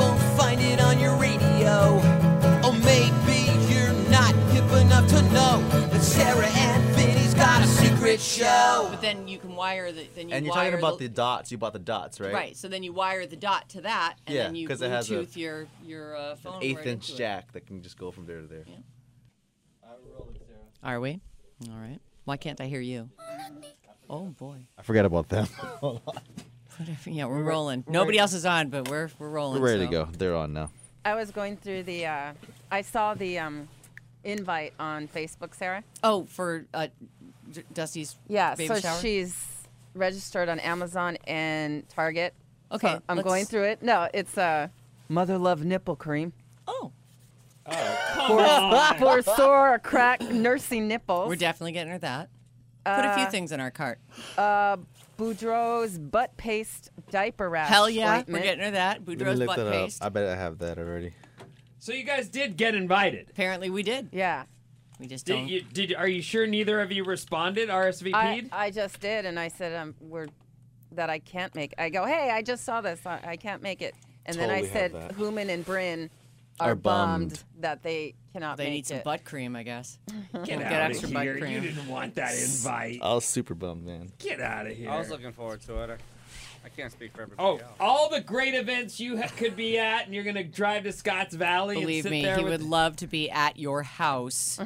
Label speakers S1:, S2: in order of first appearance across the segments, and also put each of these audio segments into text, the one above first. S1: won't find it on your radio. Or maybe you're not hip enough to know that Sarah and Vinny's got a secret show.
S2: But then you can wire the then you
S3: And you're
S2: wire
S3: talking about the, dots. You bought the dots, right?
S2: right. So then you wire the dot to that, and
S3: Yeah,
S2: then you
S3: 'cause it has a-
S2: Bluetooth your your uh, phone.
S3: Eighth
S2: right
S3: inch
S2: into it.
S3: jack that can just go from there to there.
S2: Are we? All right. Why can't I hear you? Oh boy.
S3: I forgot about them.
S2: Yeah, we're, rolling. Nobody else is on, but we're we're rolling.
S3: We're ready to
S2: so.
S3: go. They're on now.
S4: I was going through the, uh, I saw the um, invite on Facebook, Sarah.
S2: Oh, for uh, D- Dusty's
S4: Yeah,
S2: baby
S4: so
S2: shower?
S4: she's registered on Amazon and Target.
S2: Okay,
S4: So I'm
S2: let's-
S4: going through it. No, it's uh, Mother Love Nipple Cream.
S2: Oh,
S4: For sore or crack nursing nipples.
S2: we're definitely getting her that. Put a few
S4: Uh,
S2: things in our cart.
S4: Boudreaux's butt paste diaper rash.
S2: Hell yeah,
S4: ointment.
S2: we're getting her that. Boudreaux's butt paste.
S3: I bet I have that already.
S5: So you guys did get invited.
S2: Apparently we did.
S4: Yeah.
S2: We just don't.
S5: Did you? Did are you sure neither of you responded
S4: I,
S5: RSVP'd?
S4: I just did, and I said, um, we're, that I can't make. I go, hey, I just saw this. I, I can't make it. And then I
S3: Totally have
S4: said,
S3: that.
S4: Human and Bryn are,
S3: Are
S4: bummed.
S3: bummed.
S4: that they cannot
S2: they
S4: make
S2: need some
S4: it.
S2: butt cream, I guess.
S5: get
S2: get
S5: out
S2: extra
S5: of
S2: butt
S5: here! You
S2: cream.
S5: didn't want that invite.
S3: I was super bummed, man.
S5: Get out of here!
S6: I was looking forward to it. I- I can't speak for everybody.
S5: Oh,
S6: else.
S5: all the great events you ha- could be at, and you're gonna drive to Scotts Valley
S2: Believe
S5: and sit
S2: me,
S5: there
S2: he
S5: with
S2: would love to be at your house,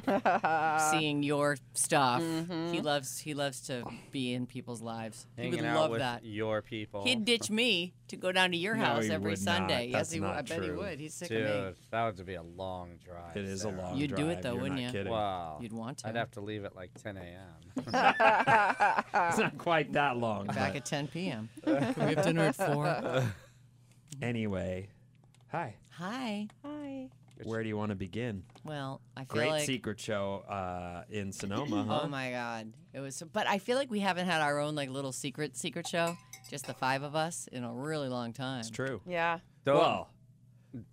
S2: seeing your stuff.
S5: Mm-hmm.
S2: He loves he loves to be in people's lives. he
S6: hanging
S2: would
S6: out
S2: love
S6: with
S2: that.
S6: your people.
S2: He'd ditch me to go down to your
S5: No,
S2: house
S5: he
S2: every
S5: would not.
S2: Sunday. yes,
S5: That's
S2: he would. I
S5: not
S2: bet he
S5: true.
S2: would. He's sick of
S6: Dude,
S2: me.
S6: that would be a long drive.
S5: It is a
S6: Sarah.
S5: long
S2: You'd do it,
S5: drive.
S2: though,
S5: You're
S2: wouldn't
S5: not
S2: you?
S5: kidding.
S6: Wow.
S2: You'd want to.
S6: I'd have to leave at like 10 a.m.
S5: It's not quite that long.
S2: Back at 10 p.m. Can we have dinner at four.
S5: but Anyway, hi.
S2: Hi.
S4: Hi.
S5: Where do you want to begin?
S2: Well, I feel
S5: Great
S2: like.
S5: secret show uh, in Sonoma, huh?
S2: Oh my God, it was. so- But I feel like we haven't had our own like little secret secret show, just the five of us, in a really long time.
S5: It's true.
S4: Yeah.
S6: Don't-
S5: Well,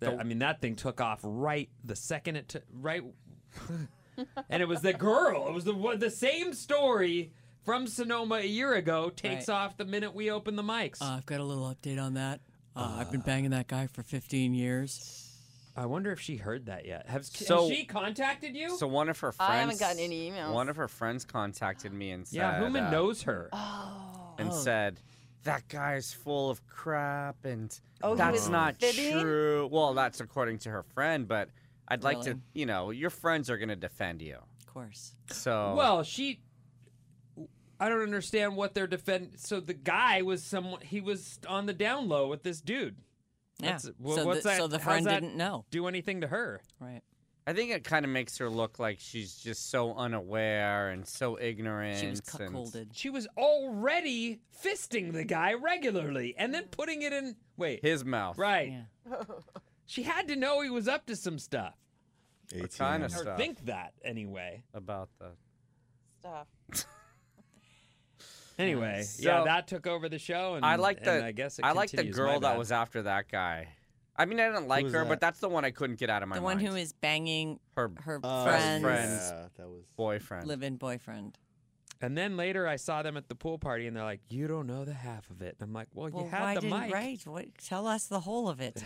S5: that,
S6: Don't-
S5: I mean that thing took off right the second it took right, and it was the girl. It was the one- the same story from Sonoma a year ago. Takes
S2: Right.
S5: off the minute we open the mics.
S2: Uh,
S6: Uh,
S2: I've got a little update on that. Uh, I've
S5: Uh.
S2: been banging that guy for 15 years.
S5: I wonder if she heard that yet. Have,
S6: So-
S5: has she contacted you?
S6: So one of her friends.
S4: I haven't gotten any emails.
S6: One of her friends contacted me and said.
S5: yeah, Human
S6: uh,
S5: knows her.
S6: And said, that guy's full of crap and
S4: Oh, he
S6: that's
S4: was
S6: not
S4: fibbing?
S6: true. Well, that's according to her friend, but I'd like to,
S2: Really?
S6: you know, your friends are going to defend you.
S2: Of course.
S6: So.
S5: Well, she. I don't understand what they're defending. So the guy was someone. He was on the down low with this dude.
S2: Yeah.
S5: That's- wha-
S2: so,
S5: what's
S2: the,
S5: that-
S2: so the
S5: how's
S2: friend
S5: that-
S2: didn't know.
S5: Do anything to her.
S2: Right.
S6: I think it kind of makes her look like she's just so unaware and so ignorant.
S2: She was
S6: and-
S2: cuckolded.
S5: She was already fisting the guy regularly and then putting it in. Wait.
S6: His mouth.
S5: Right.
S2: Yeah.
S5: She had to know he was up to some stuff.
S6: Kind of
S5: Or
S6: stuff
S5: think that, anyway.
S6: about the.
S4: Stuff.
S5: Anyway,
S6: So-
S5: yeah, that took over the show. And
S6: I like
S5: and
S6: the.
S5: I guess it
S6: like the
S5: continues. My
S6: girl that
S5: bad.
S6: was after that guy. I mean, I didn't like
S3: was
S6: her,
S3: that?
S6: but that's the one I couldn't get out of my
S2: The one
S6: mind.
S2: who is banging
S6: her
S2: her
S5: Uh,
S2: friend's
S6: friends. friends.
S3: Uh, Yeah, that was.
S6: boyfriend.
S2: live-in boyfriend.
S5: And then later, I saw them at the pool party, and they're like, "You don't know the half of it." I'm like, "Well,
S2: Well,
S5: you had
S2: why
S5: the
S2: didn't
S5: mic."
S2: right? What, tell us the whole of it.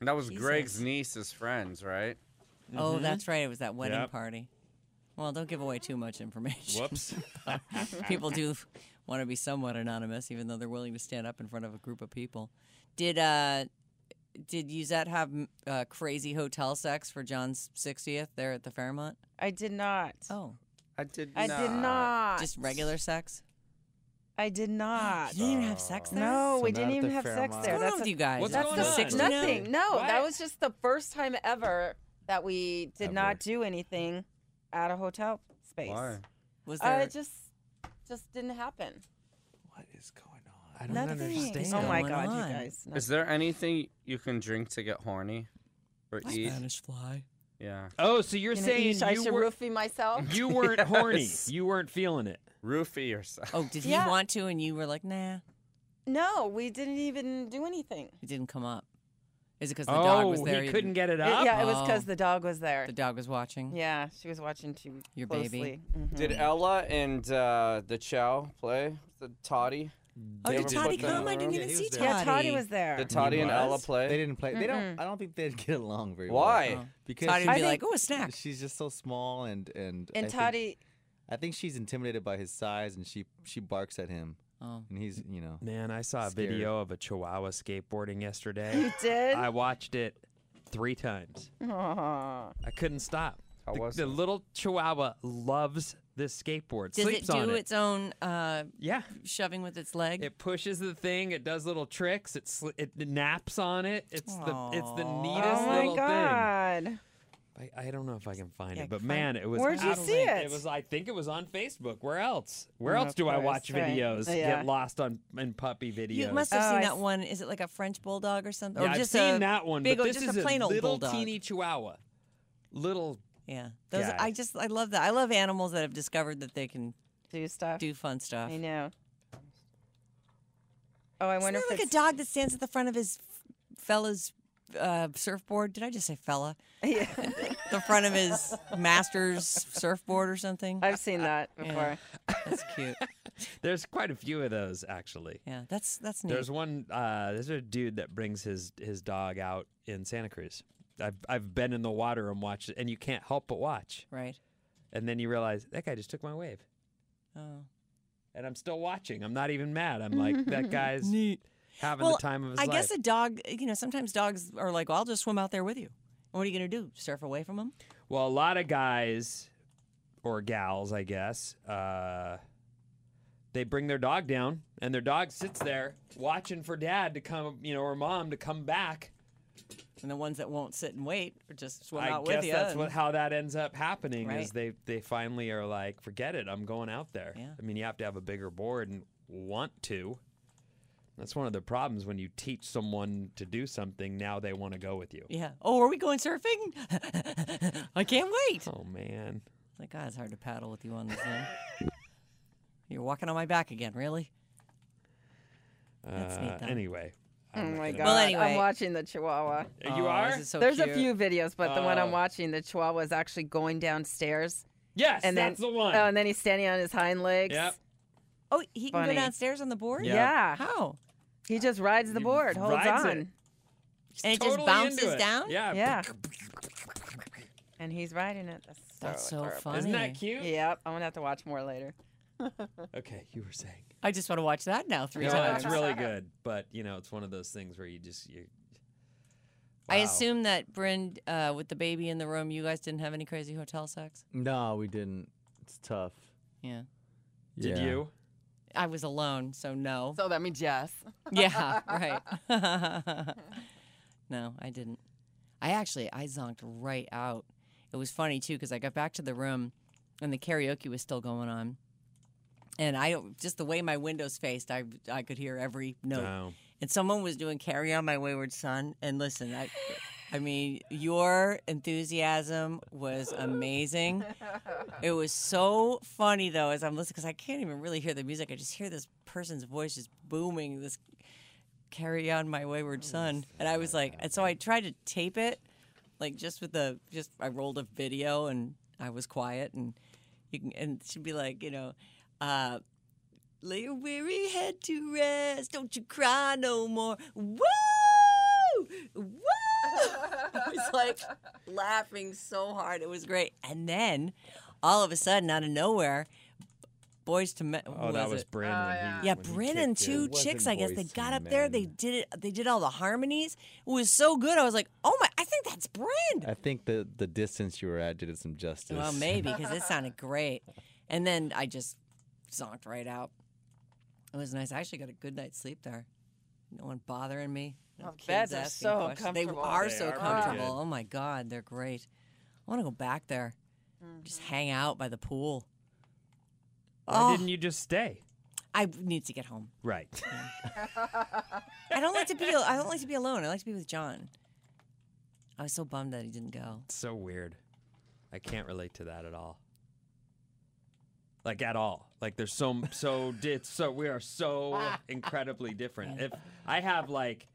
S6: And that was Greg's
S2: Jesus.
S6: niece's friends, right?
S2: Oh, that's right. It was that wedding
S5: Mm-hmm. Yep.
S2: party. Well, don't give away too much information.
S5: Whoops.
S2: people do want to be somewhat anonymous, even though they're willing to stand up in front of a group of people. Did uh, did Uzette have mm, uh, crazy hotel sex for John's 60th there at the Fairmont?
S4: I did not.
S2: Oh,
S7: I did.
S4: I
S7: not.
S4: did not.
S2: Just regular sex?
S4: I did not.
S2: You didn't even have sex there?
S4: No,
S6: So
S4: we
S6: not
S4: didn't
S6: at
S4: even
S6: the
S4: have sex
S6: Fairmont.
S4: there.
S2: What's going on
S4: That's
S2: with you guys?
S5: What's
S4: that's
S5: going
S4: the
S5: on?
S4: 60
S5: What?
S4: nothing. No, that
S5: What?
S4: was just the first time ever that we did
S6: Ever.
S4: not do anything at a hotel space.
S7: Why?
S2: Was
S4: Uh,
S2: there?
S4: it just just didn't happen.
S6: What is going on?
S5: I don't
S4: Nothing.
S5: understand.
S4: Oh my
S2: Going
S4: god,
S2: on.
S4: you guys.
S7: Is there anything you can drink to get horny or eat?
S2: Spanish fly.
S7: Yeah.
S5: Oh, so you're
S4: Gonna
S5: saying
S4: eat- I
S5: you,
S4: should
S5: were,
S4: roofie myself?
S5: you weren't horny.
S7: Yes.
S5: You weren't feeling it.
S7: Roofie yourself.
S2: Oh, did
S4: Yeah.
S2: he want to and you were like, nah,
S4: No, we didn't even do anything.
S2: it didn't come up? Is it because the dog was
S5: Oh,
S2: there?
S5: he
S2: you
S5: couldn't
S2: didn't-
S5: get it
S4: It-
S5: up.
S4: yeah, it was because
S2: Oh.
S4: the dog was there.
S2: The dog was watching.
S4: Yeah, she was watching too
S2: Your baby.
S4: closely. Mhm.
S2: Hmm.
S6: Did Ella and uh, the Chow play the Toddy?
S2: Oh,
S6: They
S2: did
S6: were
S2: Toddy
S6: put them in
S2: come?
S6: the
S2: I didn't
S6: room.
S2: even
S6: Yeah, he
S2: see
S6: was
S2: Toddy.
S6: there.
S4: Yeah, Toddy was there.
S6: Did Toddy and Ella play?
S8: They didn't play. They don't. I don't think they'd get along very well.
S6: Why?
S8: Because
S2: Toddy would
S4: I
S2: be like,
S4: think-
S2: oh, a snack.
S8: she's just so small and and. I
S4: and
S8: think-
S4: Toddy,
S8: I think she's intimidated by his size, and she she barks at him,
S2: Oh.
S8: and he's you know.
S5: Man, I saw a
S8: Scared.
S5: video of a Chihuahua skateboarding
S4: you
S5: yesterday.
S4: did.
S5: I watched it three times.
S4: Aw.
S5: I couldn't stop.
S6: How
S5: the,
S6: was
S5: the
S6: it?
S5: little Chihuahua loves this skateboard.
S2: Does it
S5: sleeps on
S2: do
S5: it.
S2: its own uh,
S5: Yeah.
S2: shoving with its leg?
S5: It pushes the thing. It does little tricks. It sli- it naps on it. It's the it's the
S2: Aw.
S5: neatest
S4: Oh my
S5: little
S4: god.
S5: thing. I, I don't know if I can find
S2: Yeah,
S5: it, but
S2: find-
S5: man, it was.
S4: Where'd you
S5: out of
S4: see
S5: link.
S4: it?
S5: It was. I think it was on Facebook. Where else? Where
S4: Oh,
S5: else
S4: of
S5: do I
S4: course,
S5: watch
S4: right.
S5: videos?
S4: Yeah.
S5: Get lost on in puppy videos.
S2: You must have
S4: Oh,
S2: seen
S4: I
S2: that
S4: s-
S2: one. Is it like a French bulldog or something?
S5: Yeah,
S2: or just
S5: I've seen
S2: a
S5: that one,
S2: Big
S5: but
S2: old,
S5: this
S2: just a
S5: is
S2: plain old
S5: little
S2: bulldog.
S5: teeny Chihuahua. Little
S2: yeah, those.
S5: guy.
S2: I just I love that. I love animals that have discovered that they can
S4: do stuff.
S2: do fun stuff.
S4: I know. Oh, I
S2: Isn't
S4: wonder
S2: there
S4: if
S2: like a
S4: it's...
S2: dog that stands at the front of his f- fella's uh, surfboard? Did I just say fella?
S4: Yeah,
S2: The front of his master's surfboard or something?
S4: I've seen that before.
S2: Yeah. That's cute.
S5: There's quite a few of those actually.
S2: Yeah, that's that's neat.
S5: There's one. Uh, there's a dude that brings his his dog out in Santa Cruz. I've I've been in the water and watched it, and you can't help but watch.
S2: right.
S5: And then you realize that guy just took my wave,
S2: Oh.
S5: and I'm still watching. I'm not even mad. I'm like that guy's neat having
S2: Well,
S5: the time of his
S2: I
S5: life.
S2: guess a dog. You know, sometimes dogs are like, well, "I'll just swim out there with you." And what are you going to do? Surf away from him?
S5: Well, a lot of guys or gals, I guess, uh, they bring their dog down, and their dog sits there watching for dad to come, you know, or mom to come back.
S2: And the ones that won't sit and wait or just swim
S5: I
S2: out
S5: guess
S2: with you.
S5: that's
S2: and-
S5: what how that ends up happening is
S2: Right.
S5: they they finally are like, forget it, I'm going out there.
S2: Yeah.
S5: I mean, you have to have a bigger board and want to. That's one of the problems when you teach someone to do something. Now they want to go with you.
S2: Yeah. Oh, are we going surfing? I can't wait.
S5: Oh man,
S2: Like, God, it's hard to paddle with you on this thing. You're walking on my back again, really? That's neat,
S5: Uh,
S2: though.
S5: anyway,
S4: Oh my god.
S2: Well,
S4: I'm
S2: anyway.
S4: watching the Chihuahua.
S5: you
S2: Oh,
S5: are.
S2: this is so
S4: There's a
S2: cute.
S4: few videos, but the one
S5: Oh.
S4: I'm watching, the Chihuahua is actually going downstairs,
S5: yes,
S4: and
S5: that's
S4: then
S5: the one.
S4: oh, and then he's standing on his hind legs.
S5: Yep.
S2: Oh, he can
S4: Funny.
S2: go downstairs on the board?
S4: Yeah. Yeah.
S2: How?
S4: He just rides the board, holds
S5: rides it. Uh,
S4: on,
S2: And it
S5: Totally
S2: just
S5: into
S2: bounces
S5: it.
S2: down?
S5: Yeah.
S4: yeah, and he's riding it. That's so,
S2: That's so
S4: adorable.
S2: funny.
S5: Isn't that cute?
S4: Yep, I'm gonna have to watch more later.
S5: Okay, you were saying.
S2: I just want to watch that now three
S5: No,
S2: times.
S5: it's really good, but you know, it's one of those things where you just you.
S2: I
S5: Wow.
S2: assume that, Bryn, uh, with the baby in the room, you guys didn't have any crazy hotel sex?
S8: No, we didn't. It's tough.
S2: Yeah.
S5: Did
S8: Yeah.
S5: you?
S2: I was alone, so no.
S4: So that means yes.
S2: yeah, right. no, I didn't. I actually I zonked right out. It was funny too because I got back to the room and the karaoke was still going on, and I just the way my windows faced, I I could hear every note.
S5: No.
S2: And someone was doing "Carry On, My Wayward Son," and listen, I. I mean, your enthusiasm was amazing. It was so funny though, as I'm listening, because I can't even really hear the music. I just hear this person's voice just booming this carry on my wayward son and i was like and so i tried to tape it like just with the just i rolled a video and i was quiet and you can and she'd be like you know uh lay your weary head to rest don't you cry no more woo woo i was like laughing so hard it was great and then all of a sudden out of nowhere Boys to Men.
S5: Oh, that was
S2: it?
S5: Bryn.
S9: Oh,
S5: when he-
S9: yeah.
S2: Yeah,
S5: when he
S2: Bryn and
S5: kicked it.
S2: two
S8: It wasn't
S2: chicks. I guess
S8: Boyz
S2: they
S8: II
S2: got up there. They
S8: Men.
S2: did it. They did all the harmonies. It was so good. I was like, oh my! I think that's Bryn.
S8: I think the the distance you were at did it some justice.
S2: Well, maybe because it sounded great. And then I just zonked right out. It was nice. I actually got a good night's sleep there. No one bothering me. No
S9: Oh,
S2: kids
S9: beds are
S2: asking
S9: so
S2: questions. They
S9: comfortable.
S2: are
S5: They
S2: so
S5: are pretty
S2: comfortable.
S5: good.
S2: Oh my god, they're great. I want to go back there, just
S9: Mm-hmm.
S2: hang out by the pool.
S5: Why
S2: Oh,
S5: didn't you just stay?
S2: I need to get home.
S5: Right.
S2: I don't like to be. I don't like to be alone. I like to be with John. I was so bummed that he didn't go.
S5: It's so weird. I can't relate to that at all. Like at all. Like there's so so di- it's so we are so incredibly different. If I have like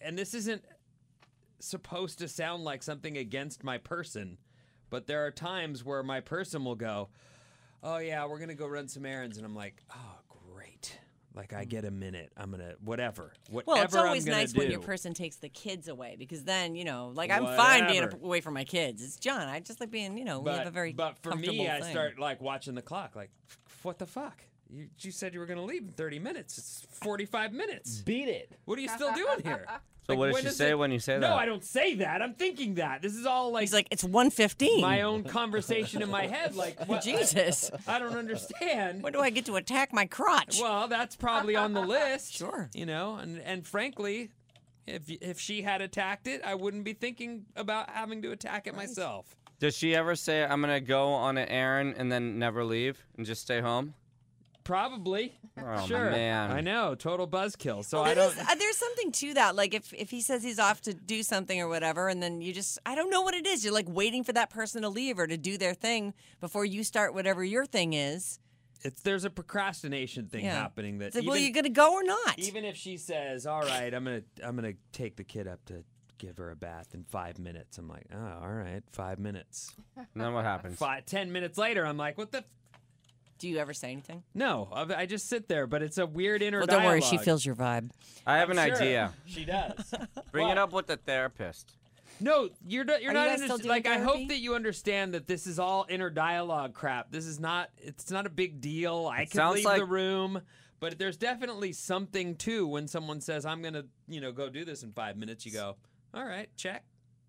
S5: and this isn't supposed to sound like something against my person, but there are times where my person will go, "Oh yeah, we're going to go run some errands." And I'm like, "Oh, great." Like I get a minute. I'm going to whatever. Whatever
S2: Mm. Well, it's always
S5: I'm gonna
S2: nice
S5: do.
S2: when your person takes the kids away because then you know, like I'm fine being
S5: Whatever.
S2: away from my kids. It's John. I just like being, you know, we have a very
S5: but for me
S2: comfortable
S5: i
S2: thing.
S5: start like watching the clock like "F- what the fuck you, you said you were going to leave in 30 minutes it's 45 minutes
S8: beat it.
S5: what are you still doing here
S6: So
S5: Like,
S6: what does
S5: when
S6: she
S5: is
S6: say
S5: it-
S6: when you say
S5: no
S6: that?
S5: i don't say that i'm thinking that this is all like,
S2: He's like, it's 1.15.
S5: my own conversation in my head like what,
S2: Jesus,
S5: I, I don't understand
S2: when do I get to attack my crotch?
S5: well that's probably on the list
S2: Sure.
S5: you know and and frankly if, if she had attacked it, I wouldn't be thinking about having to attack it myself.
S6: Does she ever say, I'm going to go on an errand and then never leave and just stay home?
S5: Probably.
S6: Oh,
S5: sure.
S6: man.
S5: I know. Total buzzkill. So
S2: Well,
S5: I don't.
S2: there's, uh, there's something to that. Like if, if he says he's off to do something or whatever, and then you just I don't know what it is. You're like waiting for that person to leave or to do their thing before you start whatever your thing is.
S5: it's there's a procrastination thing
S2: Yeah.
S5: happening that
S2: It's like, well,
S5: even-
S2: you gonna go or not?
S5: even if she says, "All right, I'm gonna I'm gonna take the kid up to give her a bath in five minutes," I'm like, "Oh, all right, five minutes."
S6: And then what happens?
S5: Five, ten minutes later, I'm like, "What the." F-?
S2: do you ever say anything?
S5: No, I I just sit there, but it's a weird inner.
S2: Well, don't worry. She
S5: dialogue.
S2: feels your vibe.
S6: I have
S5: I'm
S6: an
S5: sure
S6: idea.
S5: She does.
S6: Bring
S5: What?
S6: it up with the therapist.
S5: No, you're not. You're
S2: Are you
S5: not.
S2: guys still
S5: underst-
S2: doing
S5: like I hope
S2: therapy?
S5: that you understand that this is all inner dialogue crap. This is not. It's not a big deal. I
S6: It
S5: can
S6: sounds
S5: leave the
S6: like-
S5: room, but there's definitely something too when someone says, "I'm gonna, you know, go do this in five minutes." You go, "All right, check."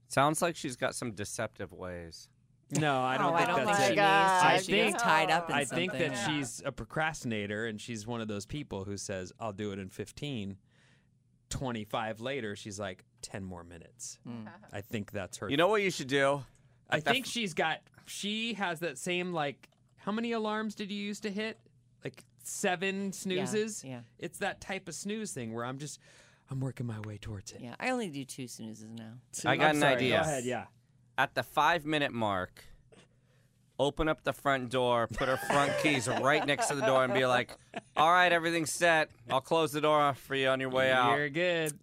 S6: Sounds like she's got some deceptive ways.
S5: No, I don't
S2: oh,
S5: think
S2: I don't
S5: that's
S2: think she
S5: it.
S2: means
S9: God.
S2: to.
S5: I
S2: She gets
S5: think-
S2: tied up in
S5: I
S2: something.
S5: think that she's a procrastinator and she's one of those people who says, I'll do it in 15. 25 later, she's like, 10 more minutes.
S2: Hmm.
S5: I think that's her.
S6: You know what you should do?
S5: I think she's got, she has that same, like, how many alarms did you use to hit? Like seven snoozes?
S2: yeah.
S5: It's that type of snooze thing where I'm just, I'm working my way towards it.
S2: Yeah, I only do two snoozes now.
S6: I got
S5: I'm
S6: an
S5: sorry, Go
S6: idea.
S5: ahead, yeah.
S6: At the five minute mark, open up the front door, put her front keys right next to the door, and be like, all right, everything's set. I'll close the door for you on your way out.
S5: You're good.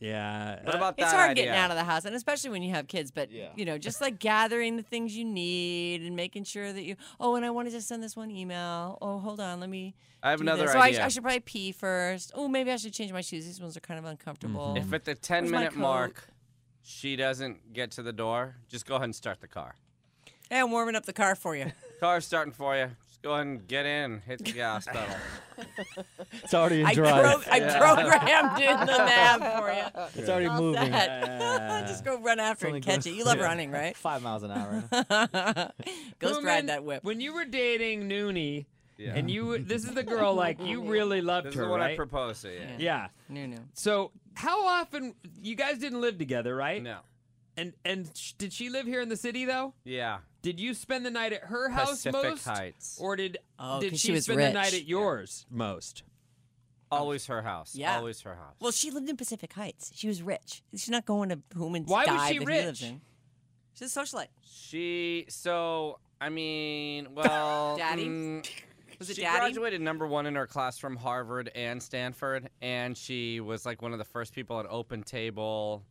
S5: Yeah.
S6: What about that?
S2: It's hard
S6: idea?
S2: getting out of the house, and especially when you have kids. But you know, just like gathering the things you need and making sure that you. Oh, and I wanted to send this one email. Oh, hold on, let me.
S6: I have
S2: do
S6: another
S2: this. So
S6: idea.
S2: I, I should probably pee first. Oh, maybe I should change my shoes. These ones are kind of uncomfortable.
S5: Mm-hmm.
S6: If at the 10
S2: Where's my
S6: minute
S2: coat?
S6: mark she doesn't get to the door, just go ahead and start the car.
S2: Hey, I'm warming up the car for you.
S6: Car's starting for you. Just go ahead and get in, and hit the gas pedal.
S8: It's already in
S2: I,
S8: drive.
S2: pro- I programmed in the map for you.
S8: it's already moving.
S2: That. just go run after
S8: only
S2: and catch
S8: going-
S2: it. You love running, right?
S8: Five miles an hour.
S2: Oh, Ghost
S5: Newman,
S2: ride that whip.
S5: When you were dating Noonie, and you, this is the girl like you really loved
S6: This
S5: her,
S6: is what
S5: right?
S6: I proposed to you.
S5: yeah.
S2: No, no.
S5: So how often you guys didn't live together, right?
S6: No.
S5: And and sh- did she live here in the city though?
S6: Yeah.
S5: Did you spend the night at her house
S6: Pacific
S5: most,
S6: Heights.
S5: or did
S2: Oh,
S5: did
S2: 'cause
S5: she,
S2: she was
S5: spend the night
S2: rich.
S5: at yours most?
S6: Always her house.
S2: Yeah.
S6: Always her house.
S2: Well, she lived in Pacific Heights. She was rich. She's not going to Hooman's
S5: Why was
S2: dive that
S5: she
S2: he
S5: rich?
S2: lives in. She's a socialite.
S6: she, so, I mean, well.
S2: Daddy?
S6: mm,
S2: Was it
S6: she
S2: daddy?
S6: graduated number one in her class from Harvard and Stanford, and she was like one of the first people at Open Table.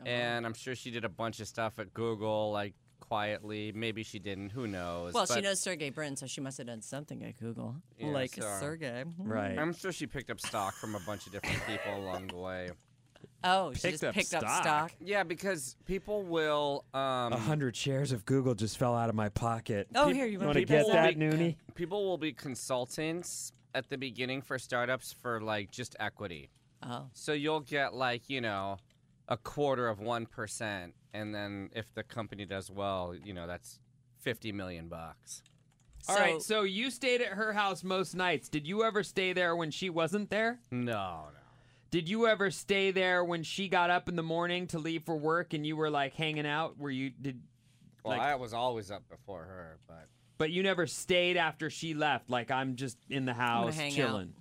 S2: Uh-huh.
S6: And I'm sure she did a bunch of stuff at Google, like quietly. Maybe she didn't. Who knows?
S2: Well, she
S6: But
S2: knows Sergey Brin, so she must have done something at Google.
S6: Yeah,
S2: like
S6: so-
S2: Sergey. Mm-hmm.
S5: Right.
S6: I'm sure she picked up stock from a bunch of different people along the way.
S2: Oh, she
S5: Picked
S2: just
S5: up
S2: picked up
S5: stock.
S2: stock.
S6: Yeah, because people will. Um,
S5: A hundred shares of Google just fell out of my pocket.
S2: Oh, here, you
S5: want
S2: wanna
S5: to
S2: people
S5: get
S2: will
S5: that,
S6: be-
S5: Noonie?
S6: People will be consultants at the beginning for startups for like just equity.
S2: Oh,
S6: So you'll get like, you know, a quarter of 1%. And then if the company does well, you know, that's 50 million bucks.
S5: All right, so you stayed at her house most nights. Did you ever stay there when she wasn't there?
S6: No, no.
S5: Did you ever stay there when she got up in the morning to leave for work and you were like hanging out? Were you did
S6: Well,
S5: Like-
S6: I was always up before her, but
S5: but you never stayed after she left? Like I'm just in the house
S2: hang out.
S5: chilling.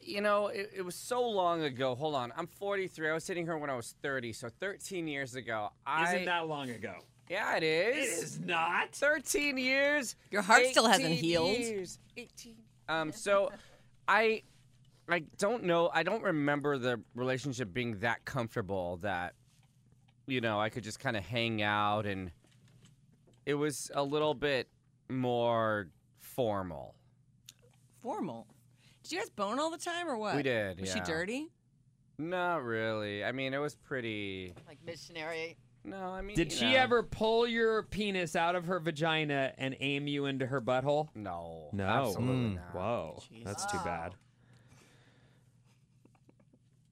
S6: you know, it, it was so long ago. Hold on, I'm 43. I was hitting her when I was 30, so 13 years ago. I
S5: Isn't that long ago?
S6: yeah, it
S5: It
S6: is.
S5: is not.
S6: 13 years.
S2: Your heart still hasn't
S6: 18
S2: healed.
S6: years, 18. Um, so I I don't know. I don't remember the relationship being that comfortable that you know, I could just kind of hang out and it was a little bit more formal.
S2: formal. Did you guys bone all the time or what?
S6: We did,
S2: Was she
S6: yeah.
S2: dirty?
S6: Not really. I mean, it was pretty
S9: Like missionary.
S6: No, I mean
S5: Did
S6: you
S5: she
S6: know.
S5: ever pull your penis out of her vagina and aim you into her butthole?
S6: No.
S5: No.
S6: Absolutely
S8: Mm.
S6: not.
S5: Whoa, that's too bad.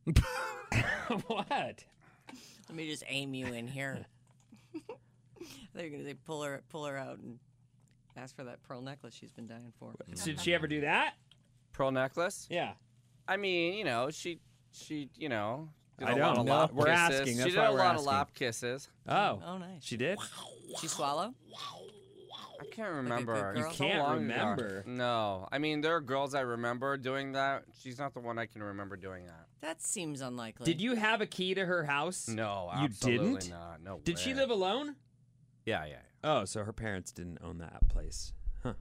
S5: what?
S2: Let me just aim you in here. I thought you were gonna say pull her pull her out and ask for that pearl necklace she's been dying for.
S5: Did she ever do that?
S6: Pearl necklace?
S5: Yeah.
S6: I mean, you know, she she, you know, did
S5: I
S6: a
S5: don't
S6: lot of
S5: know.
S6: lop
S5: We're
S6: kisses.
S5: asking.
S6: She
S5: That's
S6: did
S5: why
S6: a
S5: we're
S6: lot
S5: asking.
S6: of lop kisses.
S5: Oh.
S2: Oh nice.
S5: She did.
S2: Did she swallow?
S6: I can't remember.
S2: girl?
S6: It's so
S5: Can't
S6: long ago.
S5: remember.
S6: No, I mean there are girls I remember doing that. She's not the one I can remember doing that.
S2: That seems unlikely.
S5: Did you have a key to her house?
S6: No,
S5: You
S6: absolutely
S5: didn't?
S6: not. No.
S5: Did she live
S6: A-
S5: alone?
S6: yeah, yeah,
S5: Oh, so her parents didn't own that place. Huh.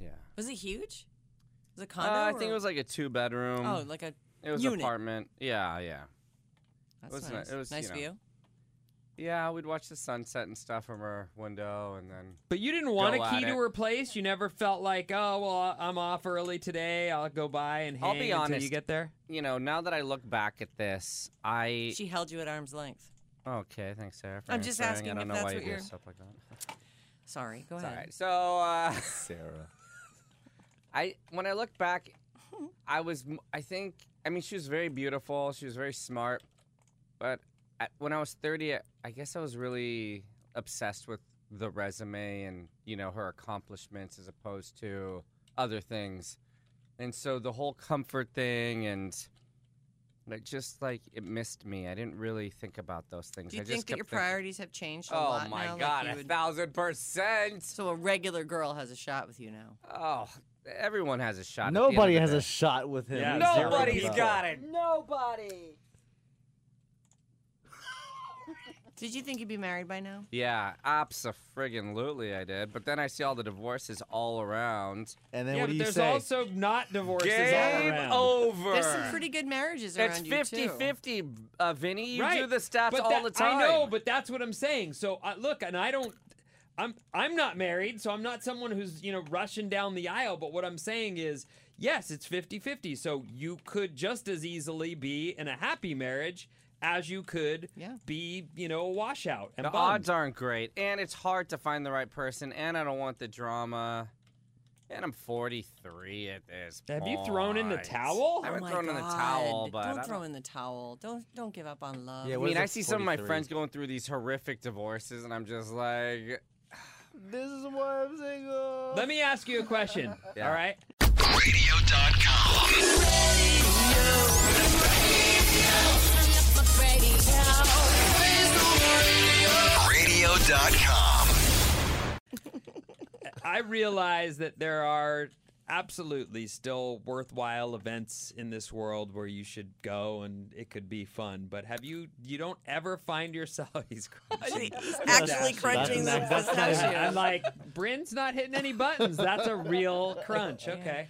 S6: yeah.
S2: Was it huge? Was it
S6: Uh,
S2: condo?
S6: I
S2: or-
S6: think it was like a two bedroom.
S2: Oh, like a.
S6: it was
S2: unit.
S6: apartment. Yeah, yeah,
S2: That's
S6: was ni-
S2: nice.
S6: it was,
S2: nice
S6: you know,
S2: view.
S6: yeah. We'd watch the sunset and stuff from her window, and then
S5: But you didn't want
S6: Go
S5: a
S6: at
S5: key to
S6: it.
S5: her place. You never felt like, oh well, I- I'm off early today. I'll go by and hang
S6: I'll be
S5: until you
S6: honest.
S5: get there.
S6: you know. Now that I look back at this, I
S2: She held you at arm's length.
S6: okay. Thanks, Sarah. For
S2: I'm just
S6: answering.
S2: asking
S6: I don't
S2: if
S6: know
S2: that's
S6: why
S2: what
S6: you do
S2: you're-
S6: stuff like that.
S2: Sorry. Go
S6: It's
S2: ahead.
S6: all right. So. Uh,
S8: Sarah.
S6: I when I look back,
S2: Hmm.
S6: I was m- I think I mean she was very beautiful. She was very smart, but at, when I was thirty, I, I guess I was really obsessed with the resume and you know her accomplishments as opposed to other things, and so the whole comfort thing and. Like just like it missed me. I didn't really think about those things.
S2: Do you
S6: I just
S2: think that
S6: kept
S2: your
S6: thinking,
S2: priorities have changed a
S6: Oh
S2: lot
S6: my
S2: now? Like
S6: god,
S2: you
S6: a
S2: would-
S6: thousand percent.
S2: so a regular girl has a shot with you now.
S6: Oh, everyone has a shot. at the end of
S10: Nobody
S6: the
S10: has
S6: day.
S10: a shot with him.
S5: Yeah,
S10: Zero
S6: Nobody's
S10: people.
S6: got it.
S1: Nobody.
S2: Did you think you'd be married by now?
S6: Yeah, absolutely I did. But then I see all the divorces all around.
S10: And then
S5: yeah,
S10: what do
S5: but
S10: you
S5: there's
S10: say?
S5: also not divorces all
S6: Game
S5: around.
S6: over.
S2: There's some pretty good marriages
S6: it's
S2: around you
S6: 50
S2: too.
S6: 50, uh, Vinny. You
S5: right.
S6: do the stats
S5: but
S6: all
S5: that-
S6: the time.
S5: I know, but that's what I'm saying. So uh, look, and I don't. I'm I'm not married, so I'm not someone who's you know rushing down the aisle. But what I'm saying is, yes, it's 50-50. So you could just as easily be in a happy marriage as you could
S2: Yeah.
S5: be you know a washout. And
S6: the
S5: bummed.
S6: odds aren't great. And it's hard to find the right person. And I don't want the drama. And I'm 43 at this
S5: Have
S6: point.
S5: you thrown in the towel?
S6: I haven't
S2: Oh my
S6: thrown in the towel,
S2: God.
S6: but. I
S2: don't
S6: don't-
S2: throw in the towel. Don't don't give up on love.
S10: Yeah,
S6: I
S10: what is
S6: mean, I
S10: it,
S6: see some of my
S10: 43?
S6: friends going through these horrific divorces, and I'm just like, this is why I'm single.
S5: Let me ask you a question.
S6: Yeah.
S5: All right.
S1: Radio.com.
S5: I realize that there are absolutely still worthwhile events in this world where you should go and it could be fun. But have you? You don't ever find yourself. He's crunching.
S2: Actually
S10: That's-
S2: crunching the
S10: that's- that's not
S2: pistachio.
S10: even-
S5: I'm like, Bryn's not hitting any buttons. That's a real crunch. Okay.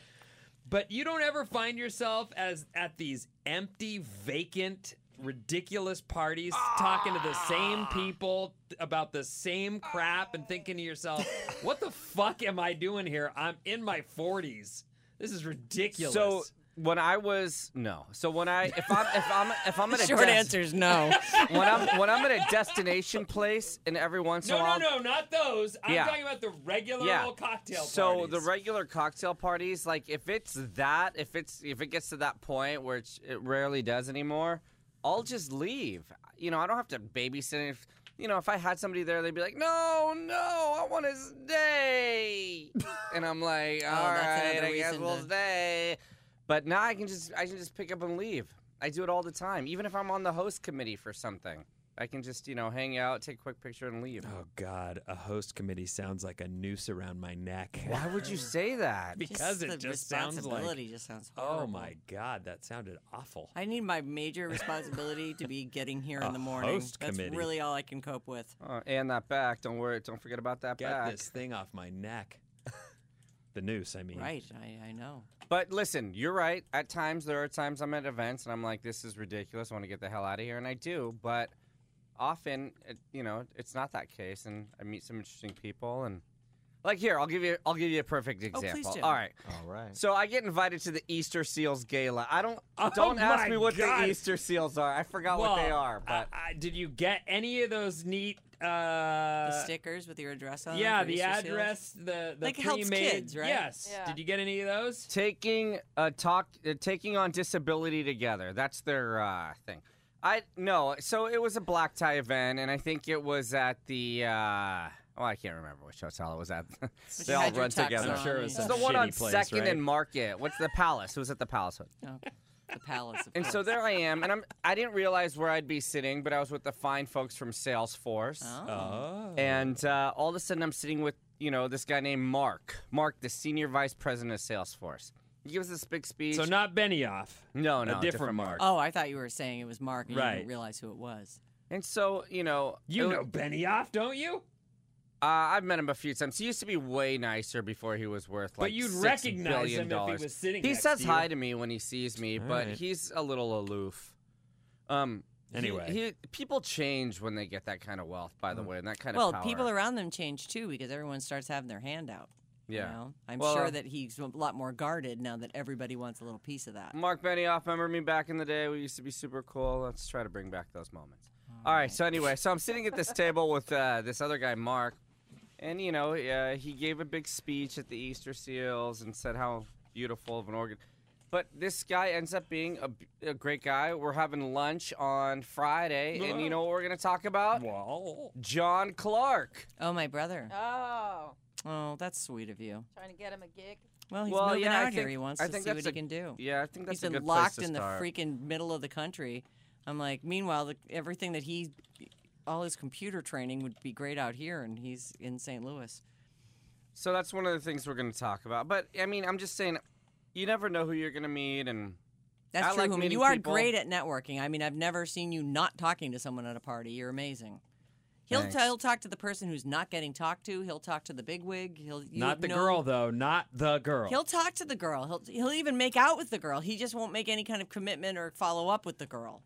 S5: But you don't ever find yourself as at these empty, vacant, ridiculous parties talking to the same
S6: Ah.
S5: people th- about the same crap and thinking to yourself, what the fuck am I doing here? I'm in my 40s. This is ridiculous.
S6: So when I was no. So when I if I'm if I'm if I'm at a
S2: Short
S6: des-
S2: answer is no.
S6: when I'm when I'm at a destination place and every once in
S5: No,
S6: a
S5: no,
S6: while
S5: no, not those. I'm
S6: Yeah.
S5: talking about the regular
S6: yeah.
S5: old cocktail
S6: so
S5: parties.
S6: the regular cocktail parties, like if it's that, if it's if it gets to that point where it's, it rarely does anymore, I'll just leave. You know, I don't have to babysit. If you know, if I had somebody there, they'd be like, "No, no, I want to stay," and I'm like, "All right,
S2: Oh, that's another
S6: I guess
S2: reason
S6: we'll
S2: to-
S6: stay." But now I can just I can just pick up and leave. I do it all the time, even if I'm on the host committee for something. I can just you know hang out, take a quick picture, and leave.
S5: Oh God, a host committee sounds like a noose around my neck.
S6: Why would you say that?
S5: Because
S2: the
S5: it just sounds like.
S2: responsibility just sounds
S5: Oh
S2: horrible.
S5: my God, that sounded awful.
S2: I need my major responsibility to be getting here in the morning.
S5: host
S2: That's
S5: committee.
S2: really all I can cope with.
S6: Oh, and that back. Don't worry. Don't forget about that
S5: Get
S6: back.
S5: this thing off my neck. the noose, I mean.
S2: Right, I, I know.
S6: But listen, you're right. At times, there are times I'm at events and I'm like, this is ridiculous. I want to get the hell out of here. And I do. But often, it, you know, it's not that case. And I meet some interesting people. And like here, I'll give you, I'll give you a perfect
S5: Oh,
S2: please
S6: example.
S2: do.
S6: All right.
S8: All right.
S6: So I get invited to the Easter Seals Gala. I don't,
S5: Oh
S6: don't ask
S5: my
S6: me what
S5: God.
S6: the Easter Seals are. I forgot
S5: Well,
S6: what they are. But
S5: I- I- did you get any of those neat? Uh,
S2: The stickers with your address on. them
S5: yeah,
S2: for
S5: the
S2: Easter seals.
S5: address, the the
S2: Like, it helps
S5: pre-made.
S2: kids, right?
S5: Yes.
S4: Yeah.
S5: Did you get any of those?
S6: taking a talk uh, taking on disability together that's their uh, thing i no so it was a black tie event and i think it was at the uh oh i can't remember which hotel it was at
S2: But
S6: they
S2: you
S6: all
S2: had your
S6: run
S2: tux
S6: together
S5: I'm
S2: on
S5: sure it
S2: and-
S5: was
S6: This is
S5: some
S6: the one
S5: shitty
S6: on
S5: place,
S6: second
S5: right?
S6: and market what's the palace it was at the palace
S2: Okay. The palace. Of
S6: and so
S2: course.
S6: there i am and i'm i didn't realize where i'd be sitting but i was with the fine folks from salesforce
S2: Oh.
S5: Oh.
S6: and uh, all of a sudden, I'm sitting with you know this guy named Mark. Mark, the senior vice president of Salesforce. He gives this big speech.
S5: so not Benioff.
S6: no,
S5: a
S6: no,
S5: different, mark.
S2: Oh, I thought you were saying it was Mark, and you
S5: Right.
S2: didn't realize who it was.
S6: And so you know,
S5: You
S6: it-
S5: know Benioff, don't you?
S6: uh, I've met him a few times. He used to be way nicer before he was worth like.
S5: but you'd
S6: $6
S5: recognize
S6: billion
S5: him if he was sitting.
S6: He
S5: next
S6: says
S5: to you.
S6: hi to me when he sees me,
S5: All
S6: but
S5: right.
S6: he's a little aloof. Um. he-
S5: Anyway. Mm.
S6: he, people change when they get that kind of wealth, by the way, and that kind
S2: Well,
S6: of power.
S2: people around them change too because everyone starts having their hand out. you
S6: yeah.
S2: know? I'm
S6: Well,
S2: sure
S6: uh,
S2: that he's a lot more guarded now that everybody wants a little piece of that.
S6: Mark Benioff, remember me back in the day? We used to be super cool. Let's try to bring back those moments. All right. So anyway, so I'm sitting at this table with uh, this other guy, Mark, and you know, uh, he gave a big speech at the Easter Seals and said how beautiful of an organ. But this guy ends up being a, b- a great guy. We're having lunch on Friday, and you know what we're gonna talk about? Oh.
S5: Well,
S6: John Clark.
S2: Oh, my brother.
S4: Oh,
S2: Oh, that's sweet of you.
S4: trying to get him a gig.
S2: Well, he's
S6: Well,
S2: moving
S6: yeah, I
S2: out here.
S6: think-
S2: He wants
S6: I
S2: to
S6: think
S2: see what
S6: that's
S2: he
S6: a-
S2: can do.
S6: Yeah, I think that's
S2: he's
S6: a
S2: been
S6: good
S2: locked
S6: place to
S2: in
S6: start.
S2: the freaking middle of the country. I'm like, meanwhile, the, everything that he, all his computer training would be great out here, and he's in St. Louis.
S6: So that's one of the things we're going to talk about. But I mean, I'm just saying, you never know who you're going to meet, and
S2: That's
S6: I
S2: true.
S6: like
S2: Humi.
S6: meeting
S2: you are
S6: people.
S2: great at networking. I mean, I've never seen you not talking to someone at a party. You're amazing. He'll,
S6: Thanks.
S2: he'll talk to the person who's not getting talked to. He'll talk to the big wig. He'll you
S5: not the
S2: know-
S5: girl though. Not the girl.
S2: He'll talk to the girl. He'll he'll even make out with the girl. He just won't make any kind of commitment or follow up with the girl.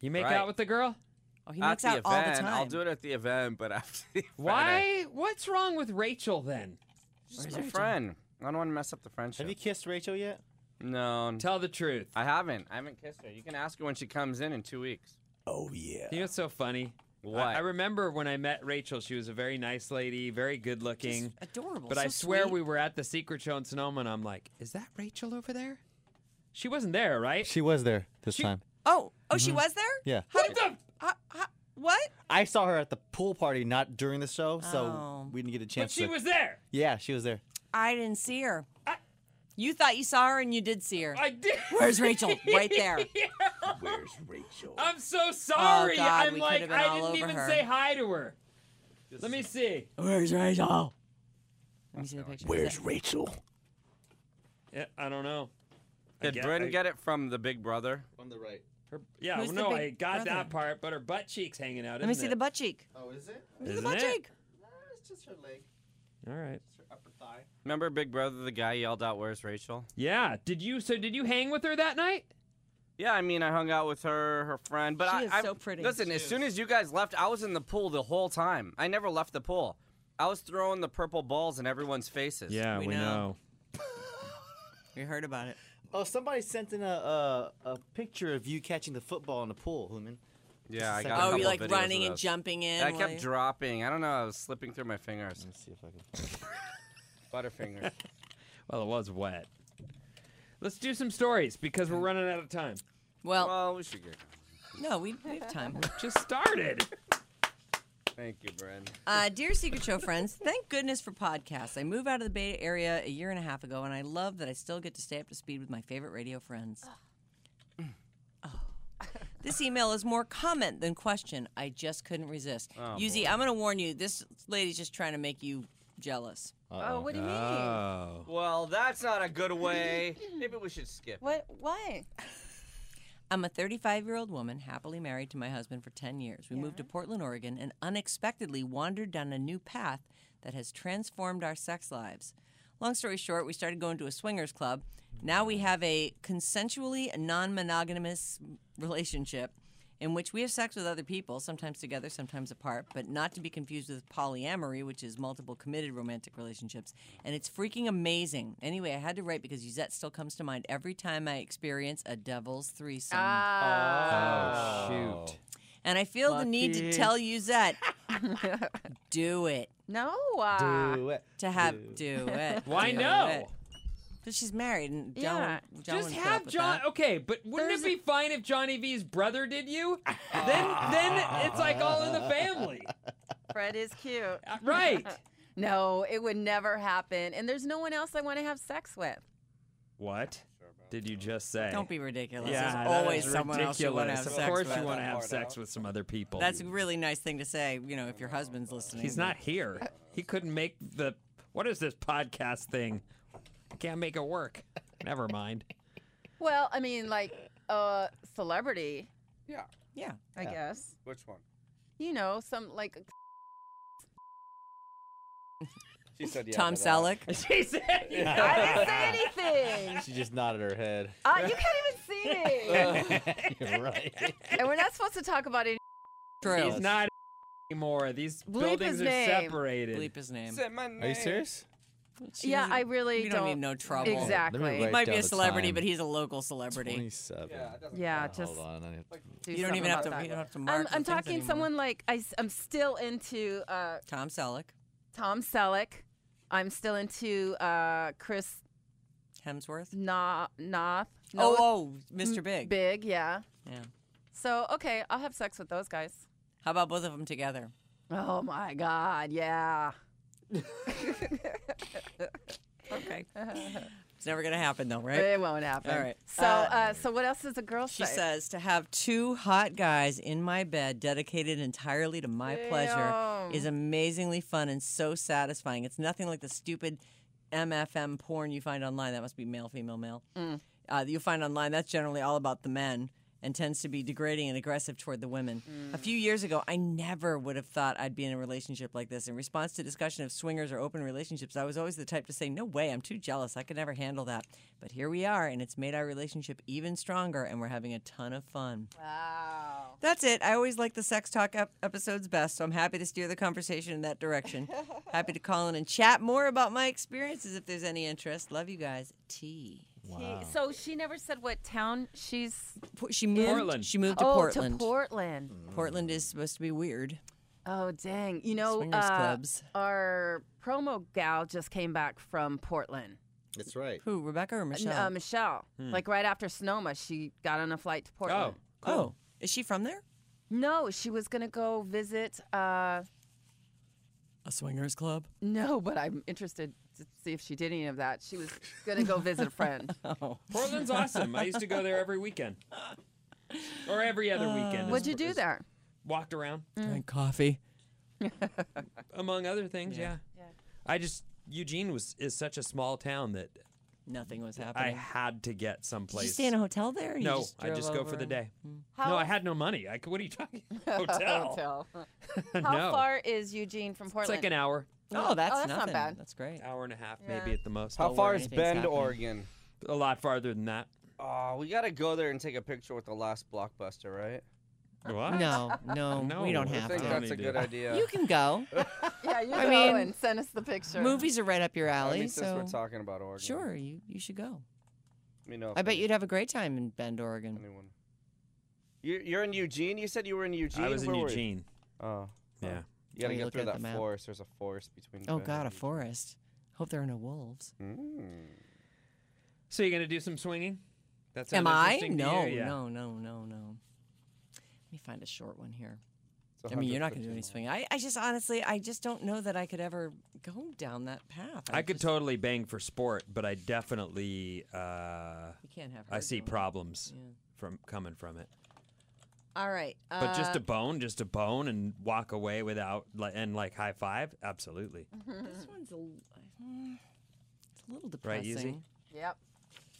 S5: you make
S6: Right.
S5: out with the girl?
S2: Oh, he
S6: at
S2: makes
S6: the
S2: out
S6: event,
S2: all the time.
S6: I'll do it at the event, but after the event, I-
S5: Why? What's wrong with Rachel then?
S6: She's a friend. I don't want to mess up the friendship.
S8: Have you kissed Rachel yet?
S6: no,
S5: Tell the truth.
S6: I haven't. I haven't kissed her. You can ask her when she comes in in two weeks.
S8: Oh yeah.
S5: You know what's so funny? I-
S6: What?
S5: I, remember when I met Rachel, she was a very nice lady, very good looking.
S2: Adorable.
S5: but
S2: Oh, so
S5: I swear
S2: sweet.
S5: we were at the secret show in Sonoma, and I'm like, is that Rachel over there? She wasn't there, right?
S8: She was there this
S5: She-
S8: time.
S2: Oh, oh,
S6: Mm-hmm.
S2: she was there.
S8: Yeah.
S2: How did how- how- what?
S8: I saw her at the pool party, not during the show,
S2: Oh.
S8: so we didn't get a
S5: But
S8: chance.
S5: she
S8: to...
S5: was there.
S8: Yeah, she was there.
S2: I didn't see her. you thought you saw her, and you did see her.
S5: I did.
S2: Where's Rachel? Right there.
S8: Where's Rachel?
S5: I'm so sorry.
S2: Oh, God,
S5: I'm
S2: we
S5: like,
S2: could've been
S5: I
S2: all
S5: didn't
S2: over
S5: even
S2: her. Oh.
S5: say hi to her. Let me see.
S2: Where's Rachel? Let me see the picture. Where's
S8: Rachel.
S5: Yeah, I don't know. I
S6: Did
S5: get-
S6: Bryn
S5: I-
S6: get it from the Big Brother?
S8: On the right.
S5: Her, yeah,
S2: Who's
S5: no,
S2: the
S5: I
S2: big
S5: got
S2: brother?
S5: that part, but her butt cheeks hanging out.
S2: Let me
S5: isn't
S2: see
S5: it?
S2: the butt cheek.
S8: Oh, is it?
S2: Let me see the
S5: Isn't
S2: butt
S5: it?
S2: cheek.
S8: No, it's just her leg.
S5: All right.
S8: It's her upper thigh.
S6: Remember Big Brother? The guy yelled out, "Where's Rachel?"
S5: Yeah. Did you? So did you hang with her that night?
S6: Yeah, I mean, I hung out with her, her friend, but
S2: She
S6: I,
S2: is
S6: I
S2: so pretty.
S6: Listen, as soon as you guys left, I was in the pool the whole time. I never left the pool. I was throwing the purple balls in everyone's faces.
S2: We we know. know. We heard about it.
S10: Oh, somebody sent in a, a a picture of you catching the football in the pool, Human.
S6: Yeah, I
S10: Just a second.
S6: got. a
S10: Oh, you
S6: couple
S10: like
S6: videos of
S2: running and
S6: those.
S2: jumping in
S6: I
S2: while
S6: kept
S2: you-
S6: dropping. I don't know. I was slipping through my fingers. Let's
S8: see if
S6: I can. Butterfingers.
S5: well, it was wet. Let's do some stories because we're running out of time.
S2: Well,
S6: we should get.
S2: No, we, we have time.
S5: Just started.
S6: Thank you, Bren.
S2: Uh, dear Secret Show friends, thank goodness for podcasts. I moved out of the Bay Area a year and a half ago, and I love that I still get to stay up to speed with my favorite radio friends. Oh. This email is more comment than question. I just couldn't resist.
S9: Oh,
S2: Yuzi,
S9: boy.
S2: I'm going to warn you. This lady's just trying to make you jealous.
S9: Uh-oh. what do you mean?
S2: Ah.
S9: Oh.
S6: Well, that's not a good way. Maybe we should skip.
S2: What? Why? I'm a 35 year old woman happily married to my husband for 10 years. We moved to Portland, Oregon, and unexpectedly wandered down a new path that has transformed our sex lives. Long story short, we started going to a swingers club. Now we have a consensually non monogamous relationship in which we have sex with other people, sometimes together, sometimes apart, but not to be confused with polyamory, which is multiple committed romantic relationships. And it's freaking amazing. Anyway, I had to write because Uzette still comes to mind every time I experience a devil's threesome. Uh,
S5: Ah. Oh, shoot.
S2: And I feel the need to
S5: Lucky.
S2: tell Uzette, do it.
S4: No. Uh,
S8: it.
S2: To have do, it.
S5: Why
S2: do
S5: no?
S2: it. Because she's married and John,
S5: Yeah.
S2: John
S5: Just
S2: wouldn't put up
S5: have
S2: with
S5: John.
S2: that.
S5: Okay, but wouldn't it be fine if Johnny V's brother did you? then, then it's like all in the family.
S4: Fred is cute.
S5: right.
S4: no, it would never happen. And there's no one else I want to have sex with.
S5: What did you just say?
S2: Don't be ridiculous.
S5: Yeah,
S2: There's
S5: that is
S2: always someone else you wanna
S5: ridiculous.
S2: have
S5: Of
S2: sex
S5: course,
S2: with.
S5: you want to have sex with some other people.
S2: That's a really nice thing to say, you know, if your husband's listening.
S5: He's not here. He couldn't make the. What is this podcast thing? I can't make it work. Never mind.
S4: Well, I mean, like a celebrity.
S6: Yeah.
S2: Yeah.
S4: I
S5: Yeah.
S4: guess.
S6: Which one?
S4: You know, some like.
S6: She said yeah. uh,
S2: Tom
S8: to that.
S2: Selleck.
S5: She said
S4: I didn't say anything.
S8: She just nodded her head.
S4: Uh, you can't even see me.
S8: You're right.
S4: and we're not supposed to talk about any.
S2: True.
S5: He's not anymore. These
S4: Bleep
S5: buildings
S4: his
S5: are
S4: name.
S5: separated.
S2: Bleep his name.
S8: Are you serious?
S4: yeah, I really
S2: We
S4: don't.
S2: don't need no trouble.
S4: Exactly.
S8: Let me
S2: He
S8: write
S2: might be
S8: down
S2: a
S8: the
S2: celebrity,
S8: time.
S2: but he's a local celebrity.
S8: 27.
S4: Yeah,
S8: Oh,
S4: just
S8: Hold on. I have to-
S4: do
S2: You don't
S4: something
S2: even have
S4: about
S2: to-
S4: that.
S2: you don't have to
S4: I'm,
S2: mark the
S4: I'm
S2: things
S4: talking
S2: anymore.
S4: someone like I, am still into uh,
S2: Tom Selleck,
S4: Tom Selleck. I'm still into uh, Chris
S2: Hemsworth.
S4: Na- Noth.
S2: Oh,
S4: Noth-
S2: oh, Mr. Big.
S4: Big, yeah.
S2: Yeah.
S4: So okay, I'll have sex with those guys.
S2: How about both of them together?
S4: Oh my God, yeah.
S2: okay. It's never going to happen, though, right?
S4: It won't happen.
S2: All right.
S4: So, uh, so what else does a girl
S2: She
S4: say?
S2: says to have two hot guys in my bed dedicated entirely to my pleasure is
S4: Damn.
S2: amazingly fun and so satisfying. It's nothing like the stupid MFM porn you find online. That must be male, female, male.
S4: Mm.
S2: Uh, that you find online. That's generally all about the men and tends to be degrading and aggressive toward the women. A few years ago, I never would have thought I'd be in a relationship like this. In response to discussion of swingers or open relationships, I was always the type to say, "No way, I'm too jealous. I could never handle that." But here we are, and it's made our relationship even stronger, and we're having a ton of fun.
S4: Wow.
S2: That's it. I always like the sex talk ep- episodes best, so I'm happy to steer the conversation in that direction. happy to call in and chat more about my experiences if there's any interest. Love you guys. T.
S4: He- so she never said what town she's.
S2: She moved.
S5: Portland.
S2: She moved to
S4: oh,
S2: Portland. Mm.
S4: to Portland.
S2: Portland is supposed to be weird.
S4: Oh dang! You know,
S2: Swingers
S4: uh,
S2: clubs.
S4: our promo gal just came back from Portland.
S8: That's right.
S2: Who? Rebecca or
S4: Uh,
S2: Michelle?
S4: Uh, Michelle.
S2: Hmm.
S4: Like right after Sonoma, she got on a flight to Portland.
S2: oh, oh, is she from there?
S4: No, she was gonna go visit. Uh,
S2: A swingers club.
S4: no, but I'm interested to see if she did any of that. She was gonna go visit a friend.
S2: Oh.
S5: Portland's awesome. I used to go there every weekend, or every other weekend.
S4: Uh, What'd you
S5: It's-
S4: do
S5: it's-
S4: there?
S5: Walked around,
S2: Drink coffee.
S5: among other things. Yeah.
S4: Yeah.
S5: I just Eugene was is such a small town that
S2: Nothing was
S5: I
S2: happening.
S5: had to get someplace.
S2: Did you stay in a hotel there? or you
S5: no,
S2: just
S5: I just
S2: drove
S5: go for
S2: over
S5: the
S2: and-
S5: day.
S4: How-
S5: No, I had no money. I c what are you talking? Hotel.
S4: Hotel.
S5: no.
S4: How far is Eugene from
S5: It's
S4: Portland?
S5: like an hour,
S2: Oh, that's,
S4: that's not
S2: nothing.
S4: bad.
S2: That's great.
S5: hour and a half
S4: Yeah.
S5: maybe at the most.
S2: How
S5: How
S6: How
S2: where
S6: far is
S2: anything's
S6: Bend,
S2: happening.
S6: Oregon?
S5: A lot farther than that.
S6: Oh, we gotta go there and take a picture with the last blockbuster, right?
S5: What?
S2: No, no,
S5: No,
S2: we don't
S5: I
S6: I
S2: have
S6: think
S5: don't
S2: to.
S6: that's a
S5: need
S6: good
S5: to.
S6: idea.
S2: You can go.
S4: Yeah, you
S2: I
S4: go
S2: mean,
S4: and send us the picture.
S2: Movies are right up your
S6: I
S2: alley,
S6: mean, since
S2: so
S6: we're talking about Oregon.
S2: sure you you should go.
S6: Let me
S5: Oh,
S6: know.
S2: I bet you'd have a great time in Bend, Oregon.
S6: You, you're in Eugene. You said you were in Eugene.
S5: I was in
S6: Where were you?
S5: Eugene.
S6: Oh.
S5: Yeah.
S6: You gotta
S2: Let me
S6: get
S2: look
S6: through
S2: at the
S6: that
S2: map.
S6: forest. There's a forest between.
S2: Oh
S6: Bend
S2: God, a
S6: and-
S2: forest. Hope there are no wolves.
S6: Mm.
S5: So you're gonna do some swinging? That's
S2: Am I?
S5: interesting to you?
S2: No,
S5: Yeah.
S2: no, no, no, no. Let me find a short one here.
S6: It's
S2: I mean, you're not going to do any
S6: 115
S2: swinging. I, I just honestly, I just don't know that I could ever go down that path.
S5: I could
S2: just-
S5: totally bang for sport, but I definitely uh,
S2: You can't have
S5: I
S2: her
S5: see
S2: doing it.
S5: problems
S2: Yeah.
S5: from coming from it.
S2: All right. Uh,
S5: But just a bone, just a bone, and walk away without like and like high five. Absolutely,
S2: This one's a, l- mm, it's a little
S5: right?
S2: depressing.
S5: Easy. Oh,
S4: Yep.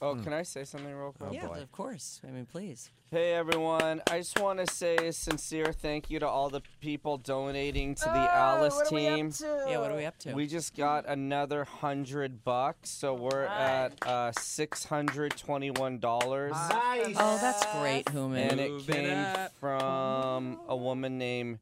S6: Oh, can I say something real quick?
S2: Mm. yeah, of course. I mean, please.
S6: Hey everyone, I just want to say a sincere thank you to all the people donating to the Alice team.
S2: Yeah, what are we up to?
S6: We just got another hundred bucks, so we're at uh, six hundred twenty-one dollars,
S10: Nice.
S2: oh, that's great,
S6: and
S2: Human.
S6: it
S5: Move it
S6: came
S5: up.
S6: from a woman named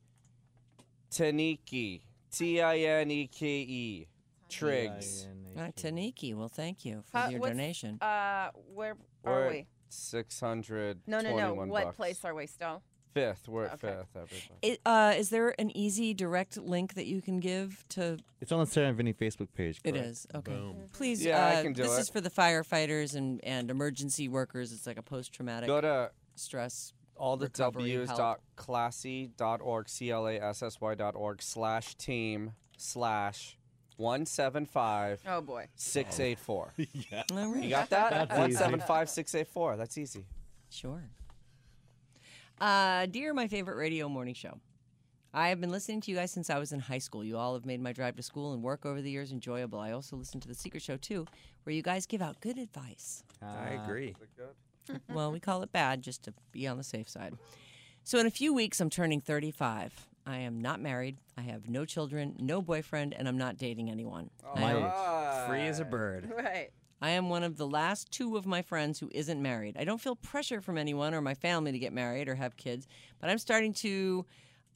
S6: Taniki, T-I-N-E-K-E, E Triggs.
S2: All right, Taniki, well, thank you for
S4: Uh,
S2: your
S4: what's-
S2: donation.
S4: Uh, where
S6: We're
S4: are
S6: at
S4: we?
S6: Six hundred.
S4: No, no, no. What place are we still?
S6: Fifth. We're at
S4: Okay.
S6: fifth. Everybody.
S2: It, uh, is there an easy direct link that you can give to?
S8: It's on the Sarah and Vinny Facebook page.
S2: It
S8: correct?
S2: is okay. Please,
S6: Yeah, I
S2: uh,
S6: can do
S2: this is
S6: it.
S2: for the firefighters and and emergency workers. It's like a post traumatic
S6: Go to
S2: stress.
S6: all the
S2: recovery
S6: w's
S2: help.
S6: dot classy dot org c l a s s y dot org slash team slash one seven five
S4: Oh boy.
S6: six eight four.
S2: All right.
S6: You got that? One seven five six eight four. That's easy.
S2: Sure. Uh, dear my favorite radio morning show, I have been listening to you guys since I was in high school. You all have made my drive to school and work over the years enjoyable. I also listen to The Secret Show, too, where you guys give out good advice.
S5: I
S2: Ah.
S5: agree.
S2: well, we call it bad just to be on the safe side. So, in a few weeks, I'm turning 35. I am not married. I have no children, no boyfriend, and I'm not dating anyone. I, am, Uh,
S5: Free as a bird.
S4: Right.
S2: I am one of the last two of my friends who isn't married. I don't feel pressure from anyone or my family to get married or have kids, but I'm starting to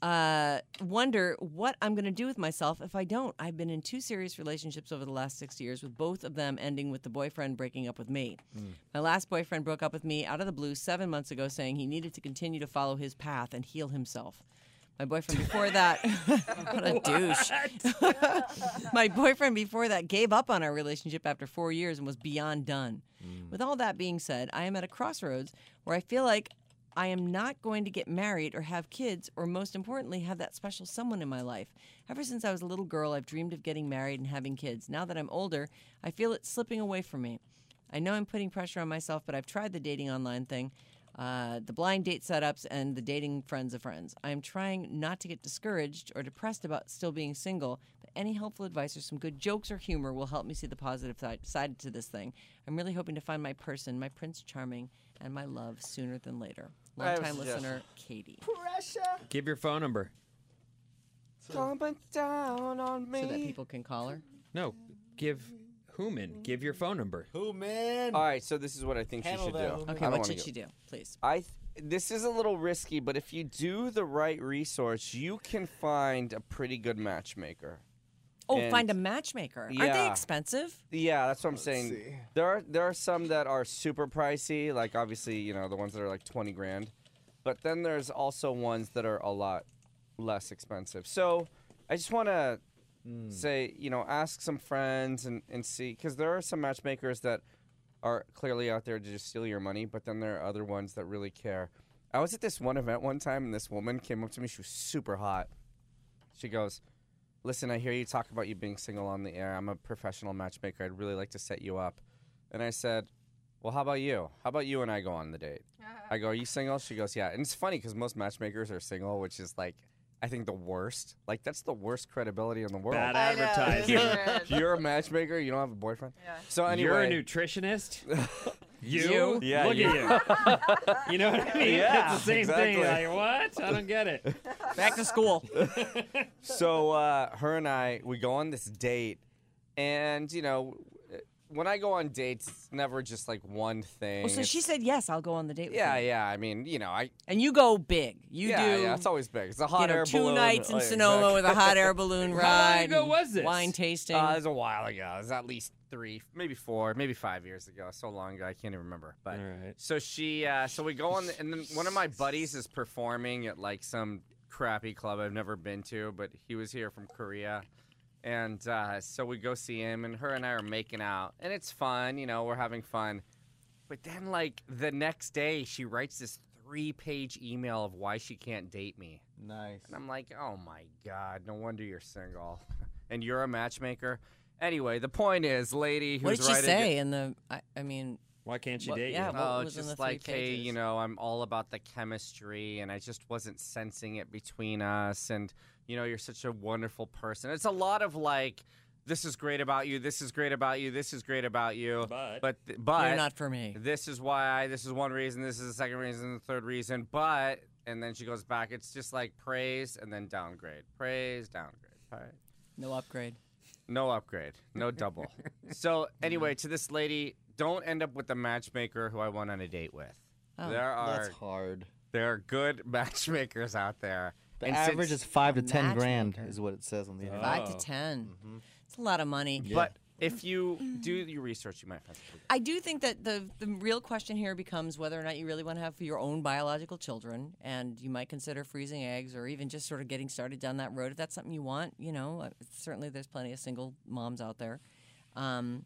S2: uh, wonder what I'm going to do with myself if I don't. I've been in two serious relationships over the last six years, with both of them ending with the boyfriend breaking up with me. My last boyfriend broke up with me out of the blue seven months ago, saying he needed to continue to follow his path and heal himself. My boyfriend before that, what a douche. My boyfriend before that gave up on our relationship after four years and was beyond done. With all that being said, I am at a crossroads where I feel like I am not going to get married or have kids, or most importantly, have that special someone in my life. Ever since I was a little girl, I've dreamed of getting married and having kids. Now that I'm older, I feel it slipping away from me. I know I'm putting pressure on myself, but I've tried the dating online thing, uh, the blind date setups, and the dating friends of friends. I'm trying not to get discouraged or depressed about still being single, but any helpful advice or some good jokes or humor will help me see the positive si- side to this thing. I'm really hoping to find my person, my Prince Charming, and my love sooner than later.
S6: I have a
S2: Longtime
S6: suggestion.
S2: listener, Katie.
S5: Give your phone number.
S6: Coming down on
S2: So that
S6: me.
S2: people can call her.
S5: No, give Human. Give your phone number.
S10: Who man?
S6: All right, so this is what I think she
S10: Handle
S6: should
S10: that,
S6: do.
S10: woman.
S2: Okay,
S6: I
S2: what
S6: don't wanna
S2: should
S6: go-
S2: she do? Please.
S6: I th- this is a little risky, but if you do the right resource, you can find a pretty good matchmaker.
S2: Oh,
S6: And-
S2: find a matchmaker. Aren't they
S6: Yeah.
S2: expensive?
S6: Yeah, that's what I'm saying. There are there are some that are super pricey, like obviously you know the ones that are like twenty grand, but then there's also ones that are a lot less expensive. So I just want to say you know ask some friends and and see because there are some matchmakers that are clearly out there to just steal your money, but then there are other ones that really care. I was at this one event one time and this woman came up to me. She was super hot. She goes, Listen, I hear you talk about you being single on the air. I'm a professional matchmaker. I'd really like to set you up. And I said, Well, how about you? How about you and I go on the date? I go, Are you single? She goes, Yeah. And it's funny because most matchmakers are single, which is like, I think the worst. Like, that's the worst credibility in the world.
S5: Bad
S4: I know,
S5: advertising.
S4: this is weird.
S6: You're a matchmaker, you don't have a boyfriend.
S4: Yeah.
S6: So, anyway.
S5: You're a nutritionist. you?
S2: You?
S6: Yeah,
S5: Look at you. you know what I mean?
S6: Yeah,
S5: it's the same thing.
S6: exactly.
S5: Like what? I don't get it.
S2: Back to school.
S6: so uh, her and I, we go on this date, and you know, when I go on dates, it's never just like one thing.
S2: Oh, so she
S6: It's-
S2: said yes. I'll go on the date. With
S6: Yeah,
S2: you.
S6: yeah. I mean, you know, I.
S2: And you go big. You
S6: yeah,
S2: do.
S6: Yeah, it's always big. It's a
S2: you
S6: hot
S2: know,
S6: air
S2: two
S6: balloon.
S2: nights in
S6: like,
S2: Sonoma
S6: exactly.
S2: with a hot air balloon ride.
S6: How long ago
S2: and
S6: was this?
S2: Wine tasting.
S6: Uh, it was a while ago. It was at least three, maybe four, maybe five years ago. So long ago, I can't even remember. But so she, uh, so we go on, the, and then one of my buddies is performing at like some crappy club I've never been to, but he was here from Korea, and uh, so we go see him, and her and I are making out, and it's fun, you know, we're having fun. But then, like the next day, she writes this three-page email of why she can't date me.
S8: Nice.
S6: And I'm like, oh my God, no wonder you're single. and you're a matchmaker. Anyway, the point is, lady who's
S2: what did she
S6: writing
S2: say
S6: it-
S2: in the? I, I mean,
S5: why can't
S6: she
S2: Yeah, what
S6: oh,
S2: was in the
S6: just
S2: three
S6: like, hey, you
S2: pages?
S6: know, I'm all about the chemistry, and I just wasn't sensing it between us. And you know, you're such a wonderful person. It's a lot of like, this is great about you. This is great about you. This is great about you. But but th- but
S2: not for me.
S6: This is why. This is one reason. This is the second reason. The third reason. But and then she goes back. It's just like praise and then downgrade. Praise downgrade. All right.
S2: no upgrade.
S6: No upgrade. No double. so anyway, to this lady, don't end up with the matchmaker who I went on a date with.
S8: Oh.
S6: There are
S8: That's hard.
S6: There are good matchmakers out there.
S8: The
S6: And
S8: average
S6: since-
S8: is five to ten grand, is what it says on the internet.
S6: Oh.
S2: Five to 10
S6: Mm-hmm.
S2: It's a lot of money.
S6: But if you do your research, you might find something.
S2: I do think that the the real question here becomes whether or not you really want to have your own biological children, and you might consider freezing eggs or even just sort of getting started down that road if that's something you want. You know, uh, certainly there's plenty of single moms out there. Um,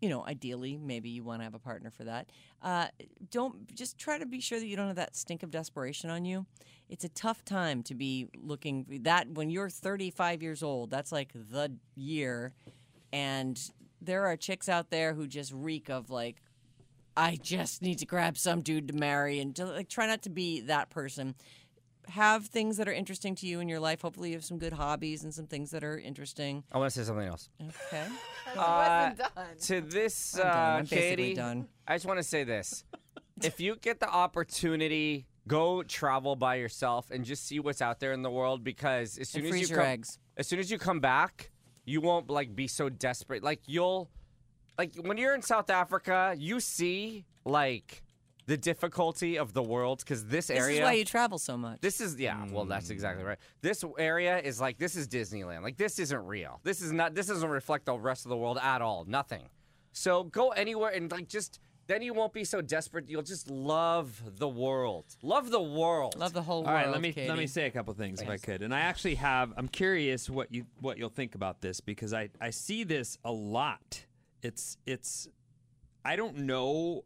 S2: you know, ideally, maybe you want to have a partner for that. Uh, don't just try to be sure that you don't have that stink of desperation on you. It's a tough time to be looking that when you're 35 years old. That's like the year, and there are chicks out there who just reek of like, I just need to grab some dude to marry, and to, like try not to be that person. Have things that are interesting to you in your life. Hopefully, you have some good hobbies and some things that are interesting.
S6: I want to say something else.
S2: Okay.
S6: Uh, To this,
S2: I'm done.
S6: uh,
S2: I'm basically
S6: Katie,
S2: done.
S6: I just want to say this: if you get the opportunity, go travel by yourself and just see what's out there in the world. Because as soon as
S2: freeze
S6: you
S2: your
S6: come,
S2: eggs.
S6: as soon as you come back, you won't like be so desperate. Like you'll, like when you're in South Africa, you see like the difficulty of the world because this
S2: This
S6: area.
S2: is why you travel so much.
S6: This is yeah, well that's
S2: Mm.
S6: exactly right. This area is like this is Disneyland. Like this isn't real. This is not this doesn't reflect the rest of the world at all. Nothing. So go anywhere and like just then you won't be so desperate. You'll just love the world. Love the world. Love
S2: the whole
S5: All right, let me let me say a couple things if I could. And I actually have I'm curious what you what you'll think about this because I I see this a lot. It's it's I don't know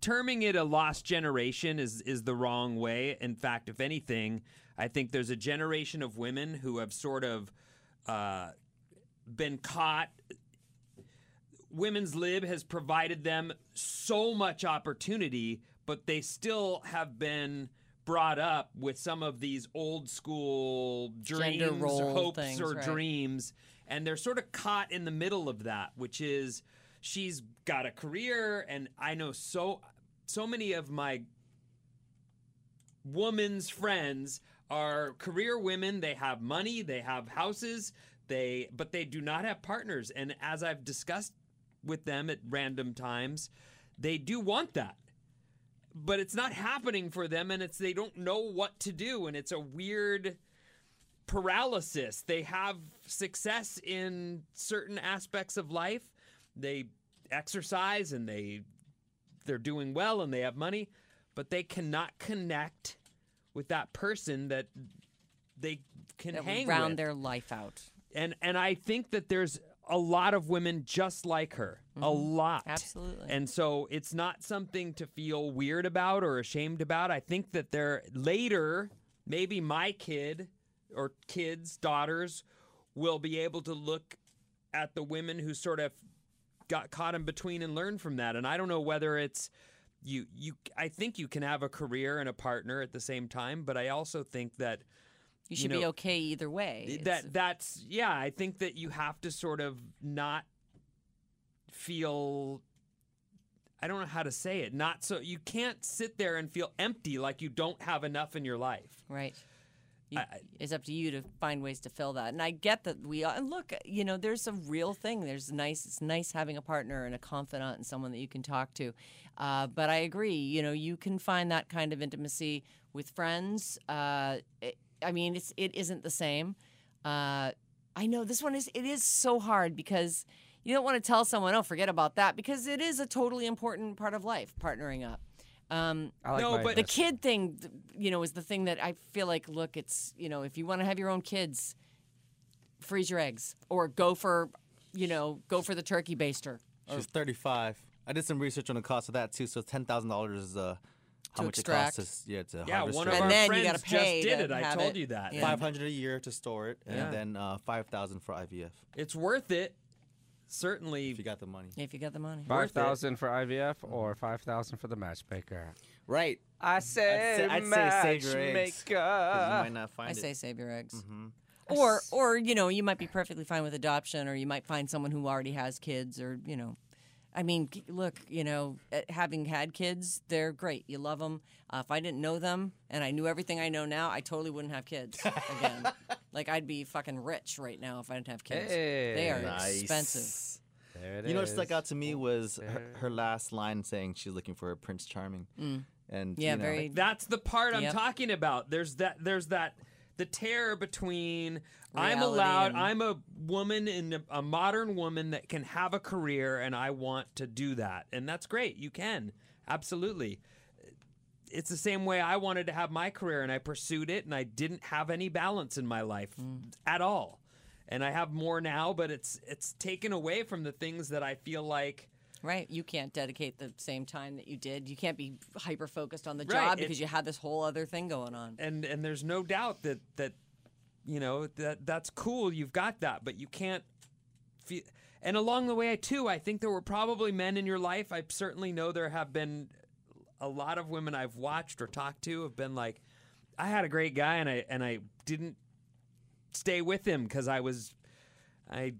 S5: terming it a lost generation is is the wrong way. In fact, if anything, I think there's a generation of women who have sort of uh, been caught women's lib has provided them so much opportunity, but they still have been brought up with some of these old school
S2: Gender
S5: dreams,
S2: role
S5: hopes,
S2: things,
S5: or
S2: right.
S5: dreams, and they're sort of caught in the middle of that, which is she's got a career, and I know so so many of my woman's friends are career women. They have money, they have houses, they but they do not have partners. And as I've discussed with them at random times, they do want that. But it's not happening for them and it's they don't know what to do and it's a weird paralysis. They have success in certain aspects of life. They exercise and they they're doing well and they have money, but they cannot connect with that person that they can
S2: That would
S5: hang
S2: round
S5: with.
S2: their life out.
S5: And and I think that there's a lot of women just like her. A lot.
S2: Absolutely.
S5: And so it's not something to feel weird about or ashamed about. I think that they're later, maybe my kid or kids, daughters, will be able to look at the women who sort of got caught in between and learn from that. And I don't know whether it's you you I think you can have a career and a partner at the same time, but I also think that
S2: You should
S5: know,
S2: be okay either way. It's-
S5: that that's yeah i think that you have to sort of not feel i don't know how to say it not so you can't sit there and feel empty like you don't have enough in your life
S2: right You, it's up to you to find ways to fill that. And I get that we are. And look, you know, there's a real thing. There's nice. It's nice having a partner and a confidant and someone that you can talk to. Uh, but I agree. You know, you can find that kind of intimacy with friends. Uh, it, I mean, it's it isn't the same. Uh, I know this one is. It is so hard because you don't want to tell someone, "Oh, forget about that," because it is a totally important part of life, partnering up. Um,
S6: I like No, my but-
S2: the
S6: best.
S2: kid thing, th- you know, is the thing that I feel like. Look, it's you know, if you want to have your own kids, freeze your eggs or go for, you know, go for the turkey baster. Or-
S8: She's 35. Oh, I did some research on the cost of that too. So ten thousand dollars is uh, how
S2: To
S8: much
S2: extract.
S8: it costs. To, yeah, to
S5: Yeah,
S8: harvest
S5: one of
S8: it.
S5: And our then you friends gotta just pay did to it. I have told it. you that. Yeah.
S8: Five hundred a year to store it, and
S5: Yeah.
S8: then uh, five thousand for IVF.
S5: It's worth it. Certainly, if you
S8: got the money.
S2: If you got the money.
S6: Five thousand for IVF or five thousand for the matchmaker.
S8: Right.
S6: I say
S2: I'd say save your eggs, 'cause you
S8: Uh,
S6: matchmaker.
S2: might not find I it. say save your eggs.
S6: Mm-hmm.
S2: Or, or you know, you might be perfectly fine with adoption, or you might find someone who already has kids, or you know, I mean, g- look, you know, eh, having had kids, they're great. You love them. Uh, if I didn't know them and I knew everything I know now, I totally wouldn't have kids again. like I'd be fucking rich right now if I didn't have kids. they are
S8: Nice.
S2: expensive.
S6: There
S8: you know what stuck out to me was her, her last line saying she's looking for a Prince Charming,
S5: Mm.
S8: and
S2: Yeah,
S8: you know,
S2: very-
S5: That's the part I'm
S2: Yep.
S5: talking about. There's that. There's that. The terror between I'm
S2: Reality
S5: allowed.
S2: and-
S5: I'm a woman and a, a modern woman that can have a career, and I want to do that, and that's great. You can absolutely. It's the same way I wanted to have my career, and I pursued it, and I didn't have any balance in my life
S2: Mm.
S5: at all, and I have more now, but it's it's taken away from the things that I feel like
S2: Right, you can't dedicate the same time that you did. You can't be hyper focused on the
S5: Right,
S2: job
S5: it-
S2: because you had this whole other thing going on.
S5: and and there's no doubt that that you know that that's cool you've got that but you can't feel and along the way too i think there were probably men in your life i certainly know there have been a lot of women i've watched or talked to have been like i had a great guy and i and i didn't stay with him because i was i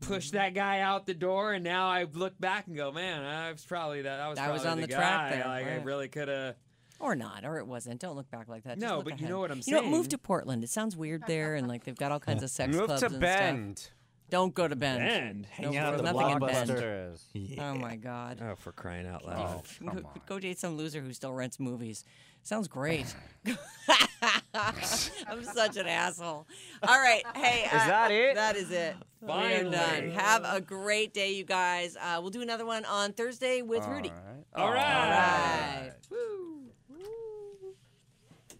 S5: pushed
S2: Mm-hmm.
S5: that guy out the door and now i look back and go man i was probably that i was,
S2: I was
S5: probably
S2: on the
S5: guy.
S2: track there,
S5: like i
S2: right.
S5: really could have
S2: Or not, or it wasn't. Don't look back like that. Just
S5: No,
S2: look
S5: but you
S2: ahead.
S5: know what I'm
S2: You know, move
S5: saying.
S2: to Portland. It sounds weird there, and like they've got all kinds of sex
S6: Move
S2: clubs
S6: to
S2: and
S6: Bend.
S2: stuff. Don't go to Bend.
S5: Bend. Hang
S2: Don't-
S5: out
S2: there's
S5: at the
S2: nothing in Bend.
S5: Blockbusters.
S2: Oh my God.
S5: Oh, for crying out
S2: Go-
S5: loud.
S2: go, go date some loser who still rents movies. Sounds great. I'm such an asshole. All right, hey. uh,
S6: Is that it?
S2: That is it. We are
S6: Finally.
S2: done. Have a great day, you guys. Uh, we'll do another one on Thursday with Rudy. All
S6: All right.
S2: right.